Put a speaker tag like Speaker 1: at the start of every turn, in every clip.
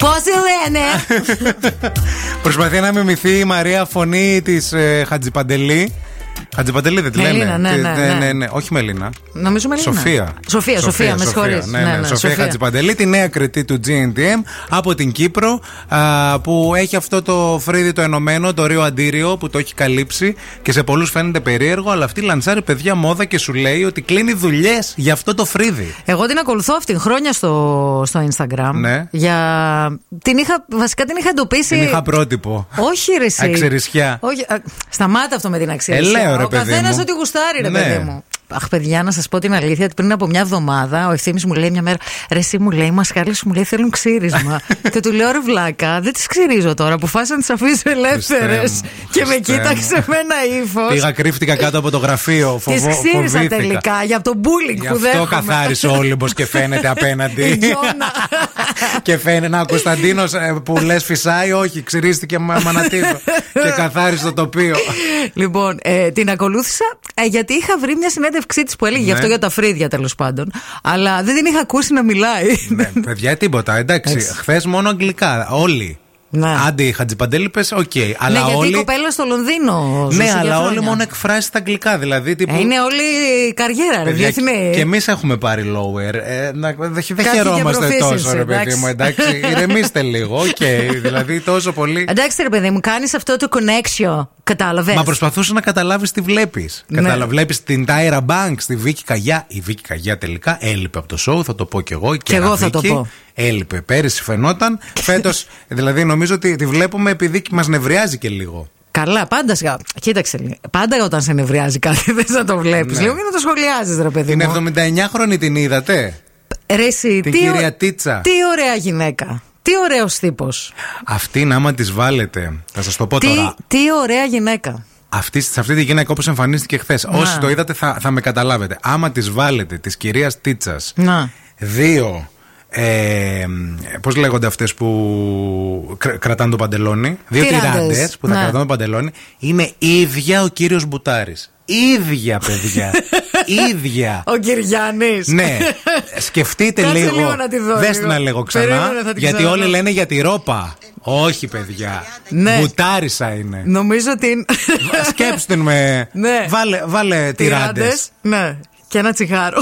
Speaker 1: σε λένε.
Speaker 2: Προσπαθεί να μιμηθεί η Μαρία φωνή της ε, Χατζιπαντελή. Χατζιπαντελή δεν τη λέμε.
Speaker 1: Μελίνα, ναι,
Speaker 2: Τι-
Speaker 1: ναι, ναι.
Speaker 2: Όχι Μελίνα.
Speaker 1: Νομίζω Μελίνα.
Speaker 2: Σοφία.
Speaker 1: Σοφία, Σοφία, με συγχωρείς.
Speaker 2: Ναι, ναι,
Speaker 1: Ναι, ναι,
Speaker 2: Σοφία
Speaker 1: Σοφία.
Speaker 2: Χατζιπαντελή, τη νέα κριτή του GNTM από την Κύπρο α, που έχει αυτό το φρύδι το ενωμένο, το ρίο αντίριο που το έχει καλύψει και σε πολλούς φαίνεται περίεργο, αλλά αυτή λαντσάρει παιδιά μόδα και σου λέει ότι κλείνει δουλειές για αυτό το φρύδι.
Speaker 1: Εγώ την ακολουθώ αυτήν χρόνια στο, στο Instagram.
Speaker 2: Ναι.
Speaker 1: Για... Την είχα, βασικά την είχα εντοπίσει.
Speaker 2: Την είχα πρότυπο.
Speaker 1: Όχι, ρε. εσύ.
Speaker 2: Αξιρισιά.
Speaker 1: Όχι, α, σταμάτα αυτό με την αξιρισιά.
Speaker 2: Ε, λέω, ρε,
Speaker 1: Ο
Speaker 2: παιδί
Speaker 1: καθένας
Speaker 2: μου.
Speaker 1: ό,τι γουστάρει, ρε
Speaker 2: Ναι.
Speaker 1: παιδί μου. Αχ, παιδιά, να σας πω την αλήθεια ότι πριν από μια εβδομάδα ο ευθύνη μου λέει μια μέρα Ρε, εσύ μου λέει, οι μασχάλε σου μου λέει θέλουν ξύρισμα. και του λέω ρε βλάκα, δεν τις ξυρίζω τώρα. Αποφάσισα να τις αφήσω ελεύθερες.
Speaker 2: Χριστέ μου,
Speaker 1: και με
Speaker 2: Χριστέ μου.
Speaker 1: κοίταξε με ένα ύφος.
Speaker 2: Πήγα, κρύφτηκα κάτω από το γραφείο.
Speaker 1: Τη
Speaker 2: Φοβό,
Speaker 1: ξύρισα
Speaker 2: φοβήθηκα.
Speaker 1: τελικά για το bullying
Speaker 2: Γι'
Speaker 1: που
Speaker 2: αυτό
Speaker 1: δέχομαι.
Speaker 2: καθάρισε ο Όλυμπος και φαίνεται
Speaker 1: Η
Speaker 2: απέναντι.
Speaker 1: Τζόνα.
Speaker 2: και φαίνεται, να ο Κωνσταντίνος που λες φυσάει, όχι, ξυρίστηκε μα- μανατίδο. και καθάρισε το τοπίο.
Speaker 1: Λοιπόν, ε, την ακολούθησα ε, γιατί είχα βρει μια συνέντευξή της που έλεγε γι' αυτό
Speaker 2: Ναι.
Speaker 1: για τα φρύδια τέλος πάντων. Αλλά δεν την είχα ακούσει να μιλάει.
Speaker 2: ναι, παιδιά, τίποτα. Εντάξει,
Speaker 1: Έτσι.
Speaker 2: χθες μόνο αγγλικά. Όλοι.
Speaker 1: Ναι.
Speaker 2: Άντε, η Χατζιπαντέλη πες, οκ.
Speaker 1: ναι,
Speaker 2: Αλλά
Speaker 1: γιατί η
Speaker 2: όλοι.
Speaker 1: κοπέλα στο Λονδίνο.
Speaker 2: Ναι,
Speaker 1: ζούσε για
Speaker 2: αλλά όλοι
Speaker 1: χρόνια.
Speaker 2: μόνο εκφράσει τα αγγλικά. Δηλαδή, τύπου,
Speaker 1: Ε, είναι όλη η καριέρα, ρε.
Speaker 2: Παιδιά,
Speaker 1: Διεθνή.
Speaker 2: Και εμείς έχουμε πάρει lower. Ε, να, δεν χ-
Speaker 1: Κάποιοι
Speaker 2: δεν
Speaker 1: και
Speaker 2: χαιρόμαστε τόσο,
Speaker 1: προωθήσεις,
Speaker 2: ρε παιδί
Speaker 1: εντάξει.
Speaker 2: μου. Εντάξει, ηρεμήστε λίγο. Οκ, δηλαδή τόσο πολύ.
Speaker 1: Εντάξει, ρε παιδί μου, κάνεις αυτό το connection. Κατάλαβες.
Speaker 2: Μα προσπαθούσε να καταλάβεις τι βλέπεις.
Speaker 1: Ναι.
Speaker 2: Κατάλαβες, βλέπεις την Tyra Banks, τη Βίκη Καγιά. Η Βίκη Καγιά τελικά έλειπε από το show, θα το πω κι εγώ. Και,
Speaker 1: Κι εγώ θα το
Speaker 2: Βίκη
Speaker 1: πω.
Speaker 2: Έλειπε. Πέρυσι φαινόταν. Φέτος, δηλαδή, νομίζω ότι τη βλέπουμε επειδή μας νευριάζει και λίγο.
Speaker 1: Καλά, πάντα. σιγά- Κοίταξε. Πάντα όταν σε νευριάζει κάτι, δεν θα το βλέπεις.
Speaker 2: Ναι.
Speaker 1: Λίγο και να το σχολιάζεις, ρε παιδί
Speaker 2: Την
Speaker 1: μου.
Speaker 2: 79χρονη την είδατε.
Speaker 1: Ρε, εσύ,
Speaker 2: Την
Speaker 1: τι, ω-
Speaker 2: κυρία Τίτσα.
Speaker 1: τι ωραία γυναίκα. Τι ωραίος τύπος.
Speaker 2: Αυτήν, άμα τη βάλετε, θα σας το πω
Speaker 1: Τι,
Speaker 2: τώρα.
Speaker 1: τι ωραία γυναίκα.
Speaker 2: Αυτή, σε αυτή τη γυναίκα όπως εμφανίστηκε χθες.
Speaker 1: Να.
Speaker 2: Όσοι το είδατε θα, θα με καταλάβετε. Άμα τη βάλετε της κυρίας Τίτσας.
Speaker 1: Να.
Speaker 2: Δύο. Ε, Πώς λέγονται αυτές που κρα- κρατάνε το παντελόνι. Δύο
Speaker 1: Τυράντες.
Speaker 2: τυράντες που θα
Speaker 1: Ναι.
Speaker 2: κρατάνε το παντελόνι. Είναι ίδια ο κύριος Μπουτάρης. ίδια, παιδιά. ίδια.
Speaker 1: Ο Κυριάννης.
Speaker 2: ναι, σκεφτείτε
Speaker 1: Κάτσε
Speaker 2: λίγο.
Speaker 1: λίγο να τη δω
Speaker 2: Δες
Speaker 1: λίγο.
Speaker 2: την να λέγω ξανά.
Speaker 1: Περίμενε, θα την
Speaker 2: γιατί
Speaker 1: ξαναδώ.
Speaker 2: όλοι λένε για τη ρόπα. Όχι, παιδιά.
Speaker 1: Ναι.
Speaker 2: Μπουτάρισα είναι.
Speaker 1: Νομίζω ότι. είναι-
Speaker 2: Σκέψτε την με.
Speaker 1: Ναι.
Speaker 2: Βάλε, βάλε τυράντες.
Speaker 1: Τυράντες, Ναι. Και ένα τσιγάρο.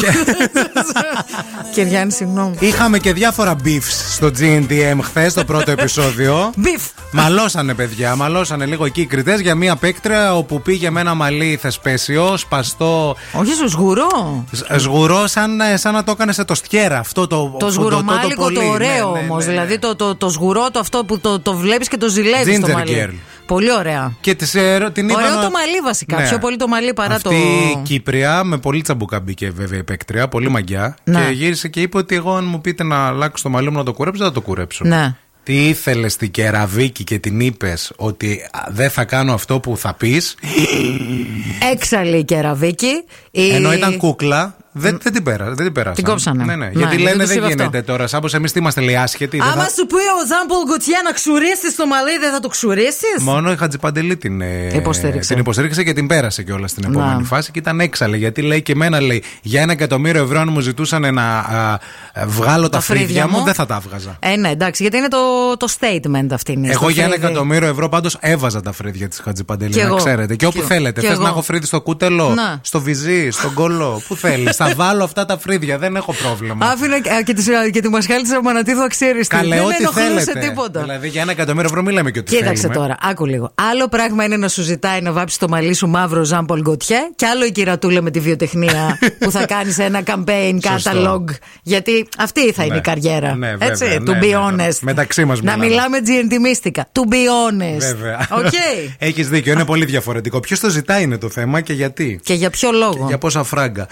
Speaker 1: Κυριάννη, συγγνώμη.
Speaker 2: Είχαμε και διάφορα beefs στο GNTM χθες, το πρώτο επεισόδιο.
Speaker 1: Μπιφ.
Speaker 2: Μαλώσανε, παιδιά. Μαλώσανε λίγο εκεί οι κριτές για μία παίκτρια όπου πήγε με ένα μαλλί θεσπέσιο, σπαστό.
Speaker 1: Όχι, στο σγουρό.
Speaker 2: σ- Σγουρό, σαν, σαν να το έκανε σε το στιέρα αυτό το. Ναι,
Speaker 1: Το σγουρομάλικο το ωραίο όμω. Δηλαδή το, το, το σγουρό το αυτό που το, το βλέπεις και το ζηλεύεις το
Speaker 2: Ginger
Speaker 1: μαλλί.
Speaker 2: girl.
Speaker 1: Πολύ ωραία.
Speaker 2: Και της, ε, την
Speaker 1: Ωραίο
Speaker 2: είπαν-
Speaker 1: το μαλλί βασικά. Πιο πολύ το μαλλί παρά
Speaker 2: Αυτή
Speaker 1: το-
Speaker 2: η Κύπρια με πολύ τσαμπουκά μπήκε βέβαια η παίκτρια, πολύ μαγιά.
Speaker 1: Ναι.
Speaker 2: Και γύρισε και είπε ότι εγώ αν μου πείτε να αλλάξω το μαλλί μου να το κουρέψω, θα το κουρέψω.
Speaker 1: Ναι.
Speaker 2: Τι ήθελες στην κεραβίκη και την είπες ότι «Α, δεν θα κάνω αυτό που θα πεις.
Speaker 1: Έξαλλη η κεραβίκη. Η-
Speaker 2: Ενώ ήταν κούκλα, δεν, δεν την πέρασαν. Δεν την, πέρασαν.
Speaker 1: Ε. Την κόψανε.
Speaker 2: Ναι, ναι.
Speaker 1: Ναι,
Speaker 2: Γιατί λένε
Speaker 1: γιατί
Speaker 2: δεν
Speaker 1: τους είπε
Speaker 2: γίνεται
Speaker 1: αυτό.
Speaker 2: τώρα. Σαν πω εμείς τι είμαστε, λέει άσχετοι. δεν
Speaker 1: Άμα
Speaker 2: θα-
Speaker 1: σου πει ο Ζαν Πολ Γκουτιέ να ξουρίσει το μαλλί, δεν θα το ξουρίσει.
Speaker 2: Μόνο η Χατζιπαντελή την, ε,
Speaker 1: Υποστήριξε.
Speaker 2: την υποστήριξε και την πέρασε κιόλας στην
Speaker 1: Να.
Speaker 2: επόμενη φάση και ήταν έξαλλη. Γιατί λέει και εμένα λέει για ένα εκατομμύριο ευρώ αν μου ζητούσαν να α, ε, βγάλω τα, φρύδια, μου, δεν θα τα βγάζα.
Speaker 1: Ε, ναι, εντάξει, γιατί είναι το, το statement αυτή είναι.
Speaker 2: Εγώ
Speaker 1: στο
Speaker 2: για ένα
Speaker 1: φρύδι.
Speaker 2: εκατομμύριο ευρώ πάντως έβαζα τα φρύδια της Χατζιπαντελή,
Speaker 1: Κι
Speaker 2: να
Speaker 1: εγώ.
Speaker 2: ξέρετε. Και όπου
Speaker 1: Κι-
Speaker 2: θέλετε.
Speaker 1: κι
Speaker 2: Θε
Speaker 1: εγώ.
Speaker 2: να έχω φρύδι στο κούτελο,
Speaker 1: Να.
Speaker 2: στο βυζί, στον κολό. Πού θέλεις. θα βάλω αυτά τα φρύδια, δεν έχω πρόβλημα.
Speaker 1: Άφηνε και, και, τις, και τη μασχάλη της Αμανατίδου αξίριστη.
Speaker 2: Καλέ,
Speaker 1: Δεν
Speaker 2: ό,τι
Speaker 1: ενοχλούσε
Speaker 2: θέλετε.
Speaker 1: τίποτα.
Speaker 2: Δηλαδή για ένα εκατομμύριο ευρώ μιλάμε και ότι
Speaker 1: Κοίταξε
Speaker 2: θέλουμε.
Speaker 1: τώρα, άκου λίγο. Άλλο πράγμα είναι να σου ζητάει να βάψει το μαλλί σου μαύρο Ζαν Πολ Γκοτιέ και άλλο η κυρατούλα με τη βιοτεχνία που θα κάνεις ένα campaign
Speaker 2: Σωστό.
Speaker 1: catalog. Γιατί αυτή θα είναι
Speaker 2: Ναι.
Speaker 1: η καριέρα.
Speaker 2: Ναι, βέβαια,
Speaker 1: έτσι,
Speaker 2: ναι,
Speaker 1: to
Speaker 2: ναι,
Speaker 1: be
Speaker 2: ναι, ναι.
Speaker 1: honest.
Speaker 2: Μεταξύ μας
Speaker 1: Να
Speaker 2: μιλάμε.
Speaker 1: μιλάμε GNT To be honest.
Speaker 2: Βέβαια.
Speaker 1: Okay.
Speaker 2: Έχεις δίκιο. Είναι πολύ διαφορετικό. Ποιος το ζητάει είναι το θέμα και γιατί.
Speaker 1: και για ποιο λόγο.
Speaker 2: Για πόσα φράγκα.